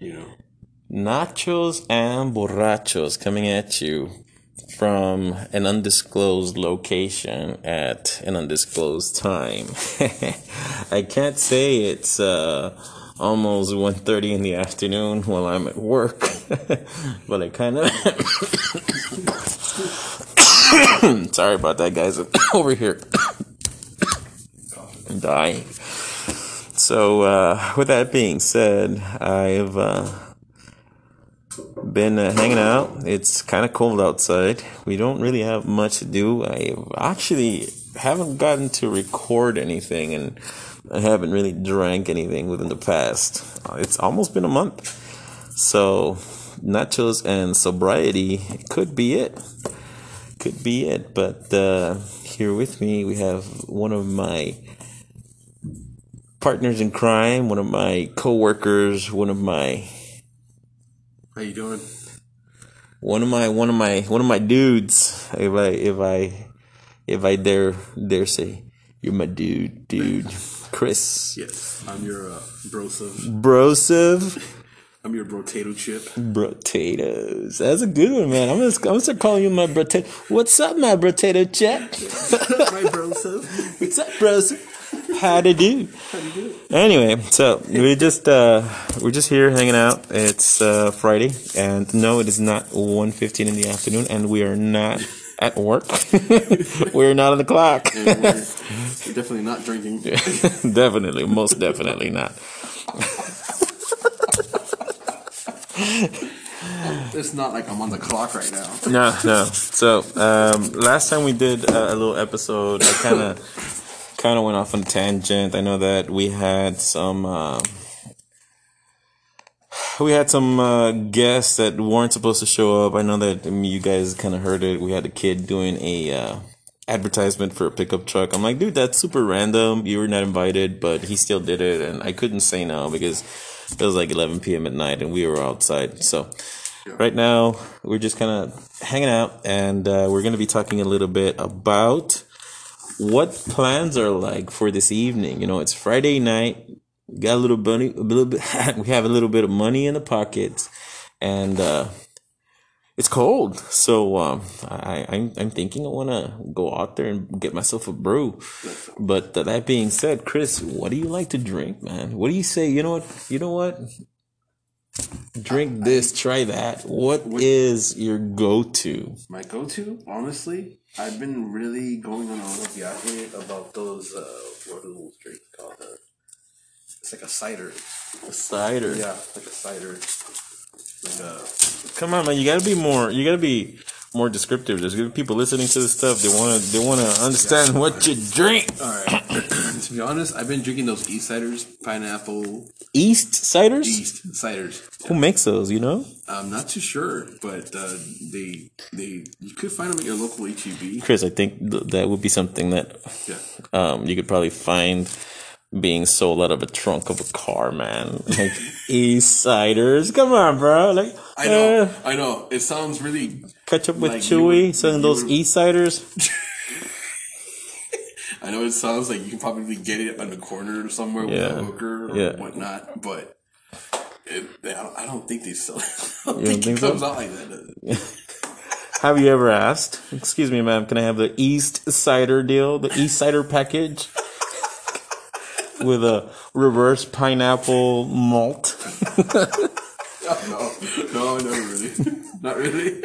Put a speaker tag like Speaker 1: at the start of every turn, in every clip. Speaker 1: you know.
Speaker 2: Nachos and borrachos coming at you from an undisclosed location at an undisclosed time. I can't say it's uh, almost 1.30 in the afternoon while I'm at work, but I kind of... Sorry about that, guys. Over here. I'm dying. So, uh, with that being said, I've... Uh, been uh, hanging out. It's kind of cold outside. We don't really have much to do. I actually haven't gotten to record anything and I haven't really drank anything within the past. Uh, It's almost been a month. So, nachos and sobriety could be it. Could be it. But uh, here with me, we have one of my partners in crime, one of my coworkers, one of my
Speaker 1: How you doing?
Speaker 2: one of my one of my one of my dudes if i if i if i dare dare say you're my dude dude chris
Speaker 1: Yes, I'm your uh, brosev.
Speaker 2: broseph
Speaker 1: I'm your brotato chip.
Speaker 2: brotatoes that's a good one man i'm gonna, I'm gonna start calling you my brotato what's up my brotato chat
Speaker 1: My brosev.
Speaker 2: what's up broseph how to do
Speaker 1: How you doing?
Speaker 2: anyway so we just uh we're just here hanging out it's uh friday and no it is not 1.15 in the afternoon and we are not at work we're not on the clock
Speaker 1: And we're definitely not drinking.
Speaker 2: definitely, most definitely not.
Speaker 1: It's not like I'm on the clock right now.
Speaker 2: No, no. So um, last time we did uh, a little episode, I kind of kind of went off on a tangent. I know that we had some. Uh, we had some uh, guests that weren't supposed to show up. I know that I mean, you guys kind of heard it. We had a kid doing a uh, advertisement for a pickup truck. I'm like, dude, that's super random. You were not invited, but he still did it, and I couldn't say no because it was like 11 p.m. at night, and we were outside. So right now we're just kind of hanging out, and uh, we're gonna be talking a little bit about what plans are like for this evening. You know, it's Friday night. We got a little bunny, a little bit. we have a little bit of money in the pockets, and uh, it's cold. So um, I, I'm I'm thinking I wanna go out there and get myself a brew. But uh, that being said, Chris, what do you like to drink, man? What do you say? You know what? You know what? Drink this, try that. what is your go-to?
Speaker 1: My go-to, honestly, I've been really going on a little viaje about those. Uh, what are those drinks called? Uh, it's like a cider.
Speaker 2: Cider.
Speaker 1: Yeah, like a cider. Like uh, a
Speaker 2: Come on, man! You gotta be more. You gotta be more descriptive. There's gonna be people listening to this stuff. They wanna. They wanna understand what you drink.
Speaker 1: to be honest, I've been drinking those East ciders, pineapple
Speaker 2: East ciders.
Speaker 1: East ciders.
Speaker 2: Who makes those? You know,
Speaker 1: I'm not too sure, but uh, they they you could find them at your local HEB.
Speaker 2: Chris. I think th- that would be something that
Speaker 1: Yeah,
Speaker 2: um you could probably find being sold out of a trunk of a car, man. Like East ciders. Come on, bro. Like
Speaker 1: I know,
Speaker 2: uh,
Speaker 1: I know. It sounds really.
Speaker 2: catch up with
Speaker 1: Like you
Speaker 2: Chewy
Speaker 1: would-
Speaker 2: selling
Speaker 1: you
Speaker 2: those
Speaker 1: would-
Speaker 2: East ciders.
Speaker 1: I know it sounds like you can probably get it on the corner or somewhere with
Speaker 2: Yeah.
Speaker 1: a hooker or
Speaker 2: Yeah.
Speaker 1: whatnot, but it, I, don't, I don't think they sell. I don't
Speaker 2: don't
Speaker 1: think,
Speaker 2: think
Speaker 1: it
Speaker 2: so?
Speaker 1: comes out like that. does it?
Speaker 2: Have you ever asked? Excuse me, ma'am. Can I have the East Cider deal, the East Cider package, with a reverse pineapple malt?
Speaker 1: No, no, no, really, not really.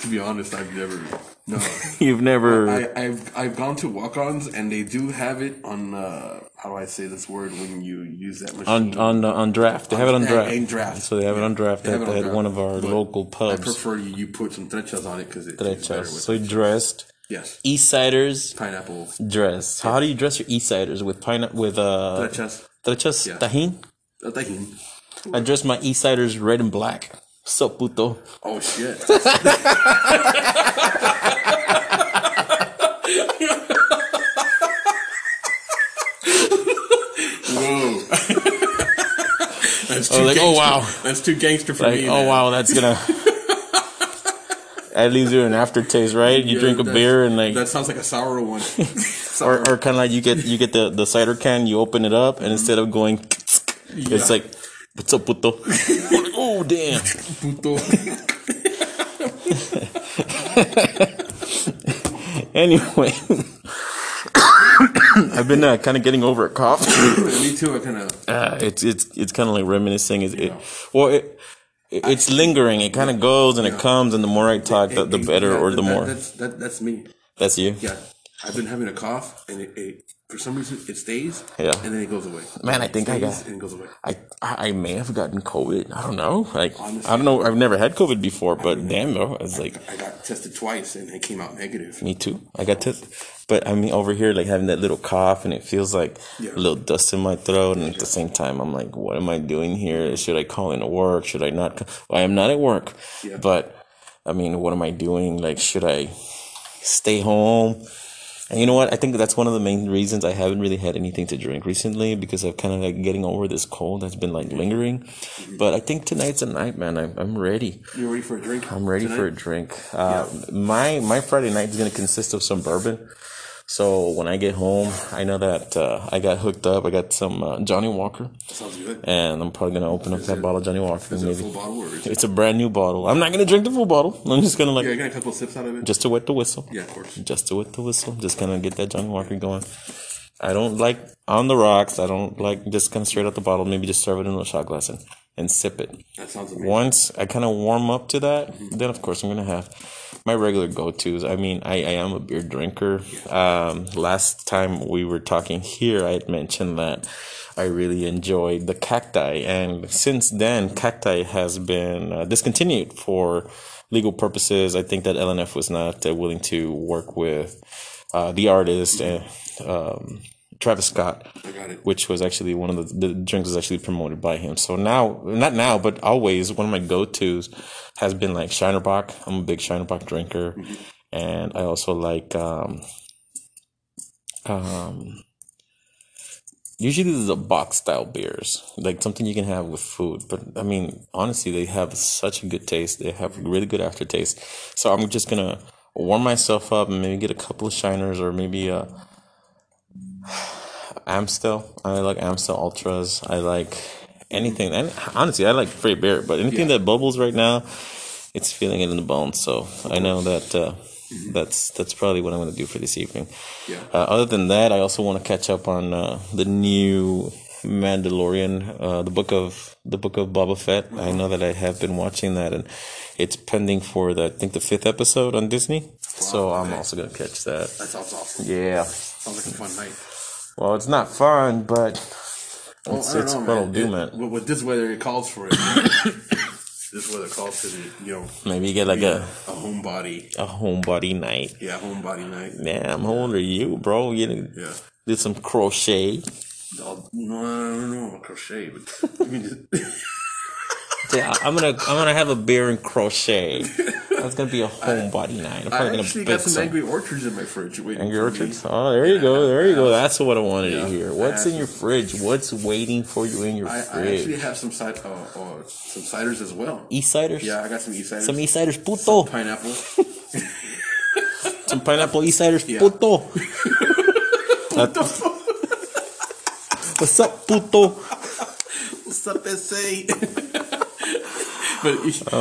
Speaker 1: to be honest, I've never. No,
Speaker 2: You've never.
Speaker 1: I, I've I've gone to walk-ons and they do have it on uh how do I say this word when you use that machine?
Speaker 2: on on on draft, they have it on
Speaker 1: and-
Speaker 2: draft.
Speaker 1: and draft.
Speaker 2: So they have it on draft
Speaker 1: They have
Speaker 2: at,
Speaker 1: it on
Speaker 2: at
Speaker 1: draft,
Speaker 2: one of our
Speaker 1: but
Speaker 2: local
Speaker 1: I
Speaker 2: pubs.
Speaker 1: prefer you, you put some trechas on it because it tastes better
Speaker 2: Derechas.
Speaker 1: with
Speaker 2: So you dressed
Speaker 1: yes
Speaker 2: East Ciders
Speaker 1: pineapple
Speaker 2: dressed. How do you dress your East Ciders with pine with uh
Speaker 1: trechas
Speaker 2: derechas
Speaker 1: Yeah.
Speaker 2: tahin?
Speaker 1: uh, tahin.
Speaker 2: I dress my East Ciders red and black. So puto.
Speaker 1: Oh shit! Whoa! that's too
Speaker 2: like, oh,
Speaker 1: gangster-
Speaker 2: wow.
Speaker 1: that's too gangster for
Speaker 2: Like,
Speaker 1: me.
Speaker 2: oh
Speaker 1: man.
Speaker 2: wow, that's gonna. that leaves you an aftertaste, right? You
Speaker 1: Yeah,
Speaker 2: drink a
Speaker 1: that's-
Speaker 2: beer and like,
Speaker 1: that sounds like a sour one.
Speaker 2: or,
Speaker 1: Sour.
Speaker 2: or kind of like you get you get the the cider can, you open it up, and instead of going, it's
Speaker 1: Mm-hmm. Yeah.
Speaker 2: like What's up, puto? I'm like, oh, damn.
Speaker 1: Puto.
Speaker 2: Anyway, I've been uh, kind of getting over a cough.
Speaker 1: Me too. I kind of.
Speaker 2: Uh, it's it's it's kind of like reminiscing. It's, it, well, it, it- it's lingering. It kind of goes and it comes, and the more I talk, the, the better or the more.
Speaker 1: That's that, that's me.
Speaker 2: That's you.
Speaker 1: Yeah, I've been having a cough, and it, it for some reason it stays.
Speaker 2: Yeah.
Speaker 1: And then it goes away.
Speaker 2: Man, I think I
Speaker 1: Stays
Speaker 2: got.
Speaker 1: and it goes away.
Speaker 2: I I I may have gotten COVID. I don't know. Like I don't know. I've never had COVID before, but damn though, it's like
Speaker 1: I got tested twice, and it came out negative.
Speaker 2: me too. I got tested, but I mean over here like having that little cough and it feels like a little dust in my throat, and at the same time I'm like, what am I doing here? Should I call into work? Should I not? co- Well, I am not at work,
Speaker 1: Yeah.
Speaker 2: but I mean, what am I doing? Like, should I stay home? And you know what? I think that's one of the main reasons I haven't really had anything to drink recently because I've kind of like getting over this cold that's been like lingering. But I think tonight's a night, man. I'm, I'm ready.
Speaker 1: You ready for a drink?
Speaker 2: I'm ready for a drink. Uh, My my Friday night is gonna consist of some bourbon. So when I get home, I know that uh, I got hooked up. I got some uh, Johnny Walker,
Speaker 1: Sounds good.
Speaker 2: and I'm probably gonna open up that bottle of Johnny Walker.
Speaker 1: Is it a
Speaker 2: Maybe
Speaker 1: full bottle or is it?
Speaker 2: it's a brand new bottle. I'm not gonna drink the full bottle. I'm just gonna like
Speaker 1: Yeah, I got a couple sips out of it.
Speaker 2: just to wet the whistle.
Speaker 1: yeah, of course.
Speaker 2: Just to wet the whistle. Just gonna get that Johnny Walker going. I don't like on the rocks. I don't like just kind of straight out the bottle. Maybe just serve it in a shot glass and, and sip it
Speaker 1: That sounds amazing.
Speaker 2: once I kind of warm up to that, then of course I'm gonna have my regular go tos. I mean, I, I am a beer drinker. Um, last time we were talking here, I had mentioned that I really enjoyed the cacti, and since then, cacti has been uh, discontinued for legal purposes. I think that LNF was not uh, willing to work with uh, the artist and. Um, Travis Scott,
Speaker 1: I got it.
Speaker 2: which was actually one of the, the drinks was actually promoted by him. So now, not now, but always one of my go tos has been like Shinerbach. I'm a big Shinerbach drinker, and I also like um, um, usually these are box style beers, like something you can have with food. But I mean, honestly, they have such a good taste. They have really good aftertaste. So I'm just gonna warm myself up and maybe get a couple of shiners or maybe a. Amstel. I like Amstel Ultras. I like anything. And honestly, I like free beer, but anything that bubbles right now, it's feeling it in the bones. So I know that uh, that's that's probably what I'm going to do for this evening.
Speaker 1: Yeah.
Speaker 2: Uh, other than that, I also want to catch up on uh, the new Mandalorian, uh, the book of the book of Boba Fett. I know that I have been watching that, and it's pending for the I think the fifth episode on Disney. so I'm also going to catch that.
Speaker 1: That sounds awesome.
Speaker 2: Yeah.
Speaker 1: Sounds like a fun night.
Speaker 2: Well, it's not fun, but
Speaker 1: Well,
Speaker 2: it's,
Speaker 1: I don't
Speaker 2: it's
Speaker 1: know, man.
Speaker 2: what'll do,
Speaker 1: It-
Speaker 2: man.
Speaker 1: With, with this weather, it calls for it. this weather calls for the you know
Speaker 2: Maybe you get like a,
Speaker 1: a homebody.
Speaker 2: a homebody night.
Speaker 1: Yeah, homebody night.
Speaker 2: Damn, how old are you, bro? You did
Speaker 1: Yeah.
Speaker 2: do some crochet.
Speaker 1: I'll, no, I don't know crochet, but I mean, just,
Speaker 2: Yeah, I'm gonna I'm gonna have a beer and crochet. That's gonna be a homebody night. I'm
Speaker 1: I
Speaker 2: probably gonna
Speaker 1: actually got
Speaker 2: bake
Speaker 1: some,
Speaker 2: some
Speaker 1: angry orchards in my fridge. Wait,
Speaker 2: angry orchards. Oh, there you go, there you go. That's what I wanted to hear. What's
Speaker 1: I
Speaker 2: in your fridge? What's waiting for you in your
Speaker 1: I, I actually
Speaker 2: fridge?
Speaker 1: have some cider, uh, uh, some ciders as well.
Speaker 2: East ciders.
Speaker 1: Yeah, I got some east ciders.
Speaker 2: E- Some e- east ciders, puto.
Speaker 1: pineapple.
Speaker 2: Some pineapple east ciders,
Speaker 1: Yeah.
Speaker 2: puto. What's up, puto?
Speaker 1: What's up, SA? But it, it,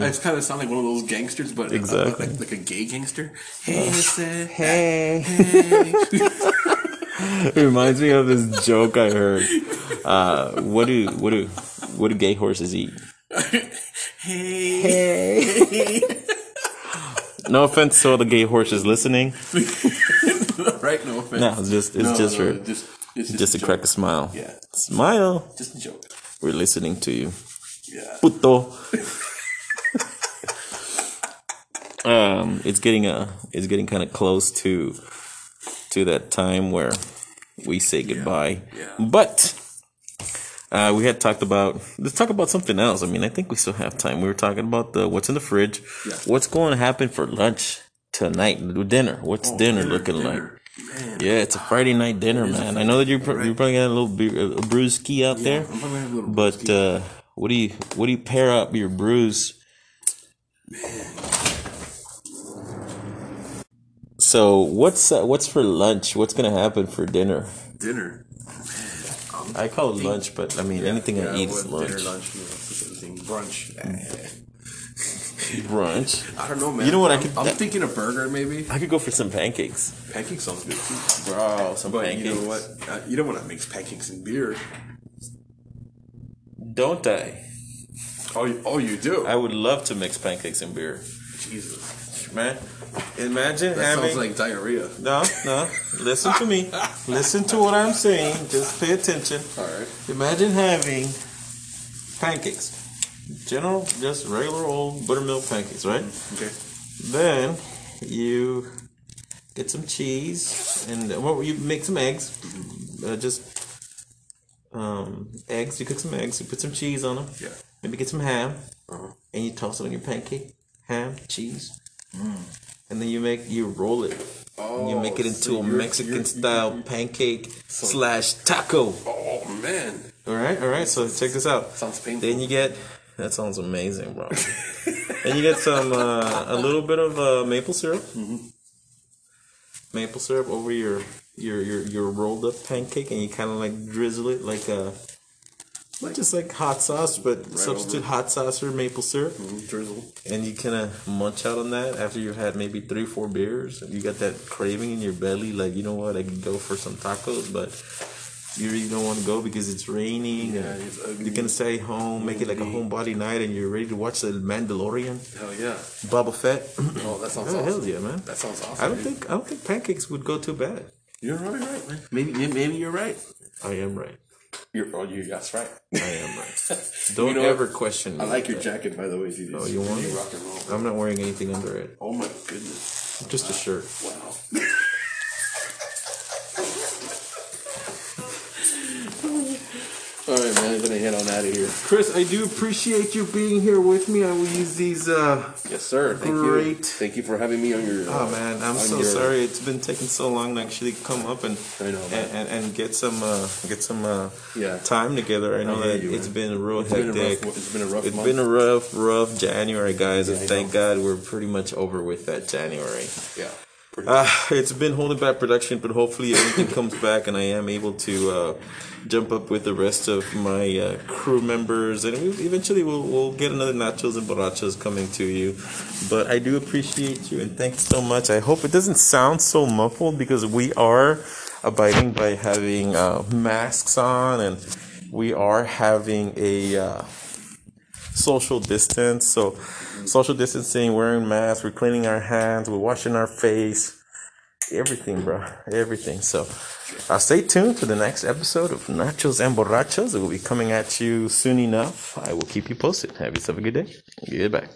Speaker 1: I, I kind of sound like one of those gangsters, but
Speaker 2: Oh
Speaker 1: uh,
Speaker 2: Exactly.
Speaker 1: like, like a gay gangster. Hey, SA.
Speaker 2: Hey. it reminds me of this joke I heard. Uh, what do what do what do gay horses eat?
Speaker 1: Hey.
Speaker 2: Hey. No offense to all the gay horses listening.
Speaker 1: right? No offense.
Speaker 2: No, it's just it's
Speaker 1: No,
Speaker 2: just for
Speaker 1: no, just, it's
Speaker 2: just to
Speaker 1: joke.
Speaker 2: crack a smile.
Speaker 1: Yeah,
Speaker 2: Smile.
Speaker 1: just a joke.
Speaker 2: We're listening to you.
Speaker 1: Yeah.
Speaker 2: Puto. um, it's getting uh it's getting kind of close to to that time where we say goodbye.
Speaker 1: yeah.
Speaker 2: But uh, we had talked about let's talk about something else. I mean, I think we still have time. We were talking about the what's in the fridge,
Speaker 1: Yeah.
Speaker 2: what's going to happen for lunch tonight, dinner. What's Oh, dinner, looking like?
Speaker 1: Man,
Speaker 2: Yeah, it's a Friday night dinner, man. I know that you're pr- you're probably got a little beer, a brewski out there.
Speaker 1: I'm probably have a little.
Speaker 2: But uh, what do you what do you pair up your brews? So what's uh, what's for lunch? What's gonna happen for dinner?
Speaker 1: dinner. Man, Um,
Speaker 2: I call it lunch, but I mean anything I eat is
Speaker 1: what,
Speaker 2: lunch.
Speaker 1: dinner,
Speaker 2: Mm.
Speaker 1: lunch, meal, something, brunch.
Speaker 2: Brunch.
Speaker 1: I don't know, man.
Speaker 2: You know what I
Speaker 1: I'm-
Speaker 2: could-
Speaker 1: I'm
Speaker 2: that-
Speaker 1: thinking a burger, maybe.
Speaker 2: I could go for some pancakes,
Speaker 1: Pancakes sounds good too.
Speaker 2: bro. Some
Speaker 1: But
Speaker 2: pancakes.
Speaker 1: you know what? Uh, you don't want to mix pancakes and beer.
Speaker 2: Don't I?
Speaker 1: Oh, you, oh, you do.
Speaker 2: I would love to mix pancakes and beer,
Speaker 1: Jesus,
Speaker 2: man. Imagine
Speaker 1: that
Speaker 2: having.
Speaker 1: sounds like diarrhea.
Speaker 2: no, no. Listen to me. Listen to what I'm saying. Just pay attention.
Speaker 1: All right.
Speaker 2: Imagine having pancakes. General, just regular old buttermilk pancakes, right?
Speaker 1: Okay.
Speaker 2: Then you get some cheese and well, you make some eggs. Uh, just um, eggs. You cook some eggs. You put some cheese on them.
Speaker 1: Yeah.
Speaker 2: Maybe get some ham
Speaker 1: Uh-huh.
Speaker 2: and you toss it on your pancake. Ham, cheese, and then you make you roll it.
Speaker 1: Mm. Oh,
Speaker 2: you make it into a
Speaker 1: so you're-
Speaker 2: Mexican
Speaker 1: you're-
Speaker 2: style pancake slash taco.
Speaker 1: Oh man,
Speaker 2: All right, all right. So check this out.
Speaker 1: sounds painful.
Speaker 2: Then you get that sounds amazing, bro. and you get some uh, a little bit of uh, maple syrup, maple syrup over your your your your rolled up pancake, and you kind of like drizzle it like a not just like hot sauce, but substitute hot sauce for maple syrup,
Speaker 1: Mm-hmm. drizzle.
Speaker 2: and you kind of munch out on that after you've had maybe three four beers. and You got that craving in your belly, like you know what, I could go for some tacos, but. You really don't want to go because it's raining.
Speaker 1: Yeah,
Speaker 2: and
Speaker 1: it's ugly.
Speaker 2: you can stay home, make it like a homebody night, and you're ready to watch The Mandalorian,
Speaker 1: Hell yeah.
Speaker 2: Boba Fett.
Speaker 1: Oh, that sounds
Speaker 2: Oh, hell
Speaker 1: awesome.
Speaker 2: yeah, man!
Speaker 1: That sounds awesome.
Speaker 2: I don't
Speaker 1: dude.
Speaker 2: think I don't think pancakes would go too bad.
Speaker 1: you're probably right, man. Maybe may- maybe you're right.
Speaker 2: I am right.
Speaker 1: You're oh, you that's right.
Speaker 2: I am right. Don't
Speaker 1: You know
Speaker 2: ever question me.
Speaker 1: I like your jacket by the way, dude.
Speaker 2: Oh, you want
Speaker 1: you
Speaker 2: it?
Speaker 1: rock and roll.
Speaker 2: I'm not wearing anything under it.
Speaker 1: Oh my goodness.
Speaker 2: Just a shirt.
Speaker 1: Wow. All right, man. I'm gonna head on out of here.
Speaker 2: Chris, I do appreciate you being here with me. I will use these. uh
Speaker 1: Yes, sir. Thank you.
Speaker 2: Great.
Speaker 1: Thank you for having me on your.
Speaker 2: Oh man, I'm
Speaker 1: on
Speaker 2: so
Speaker 1: your-
Speaker 2: sorry. It's been taking so long to actually come up and
Speaker 1: I know,
Speaker 2: and,
Speaker 1: man.
Speaker 2: and, and get some uh, get some uh,
Speaker 1: Yeah.
Speaker 2: time together. I know
Speaker 1: hear
Speaker 2: that
Speaker 1: you,
Speaker 2: it's
Speaker 1: man.
Speaker 2: been a real
Speaker 1: It's been a
Speaker 2: hectic.
Speaker 1: rough. It's been a rough.
Speaker 2: It's
Speaker 1: month.
Speaker 2: been a rough, rough January, guys,
Speaker 1: I
Speaker 2: and thank God we're pretty much over with that January.
Speaker 1: yeah. Pretty
Speaker 2: Uh, it's been holding back production, but hopefully everything comes back, and I am able to uh, jump up with the rest of my uh, crew members, and we, eventually we'll, we'll get another nachos and borrachos coming to you. But I do appreciate you, and thanks so much. I hope it doesn't sound so muffled because we are abiding by having uh, masks on, and we are having a. Uh, social distance. So, social distancing, wearing masks, we're cleaning our hands, we're washing our face, everything, bro, everything. So, uh, stay tuned to the next episode of Nachos and Borrachos. It will be coming at you soon enough. I will keep you posted. Have yourself a good day. Goodbye.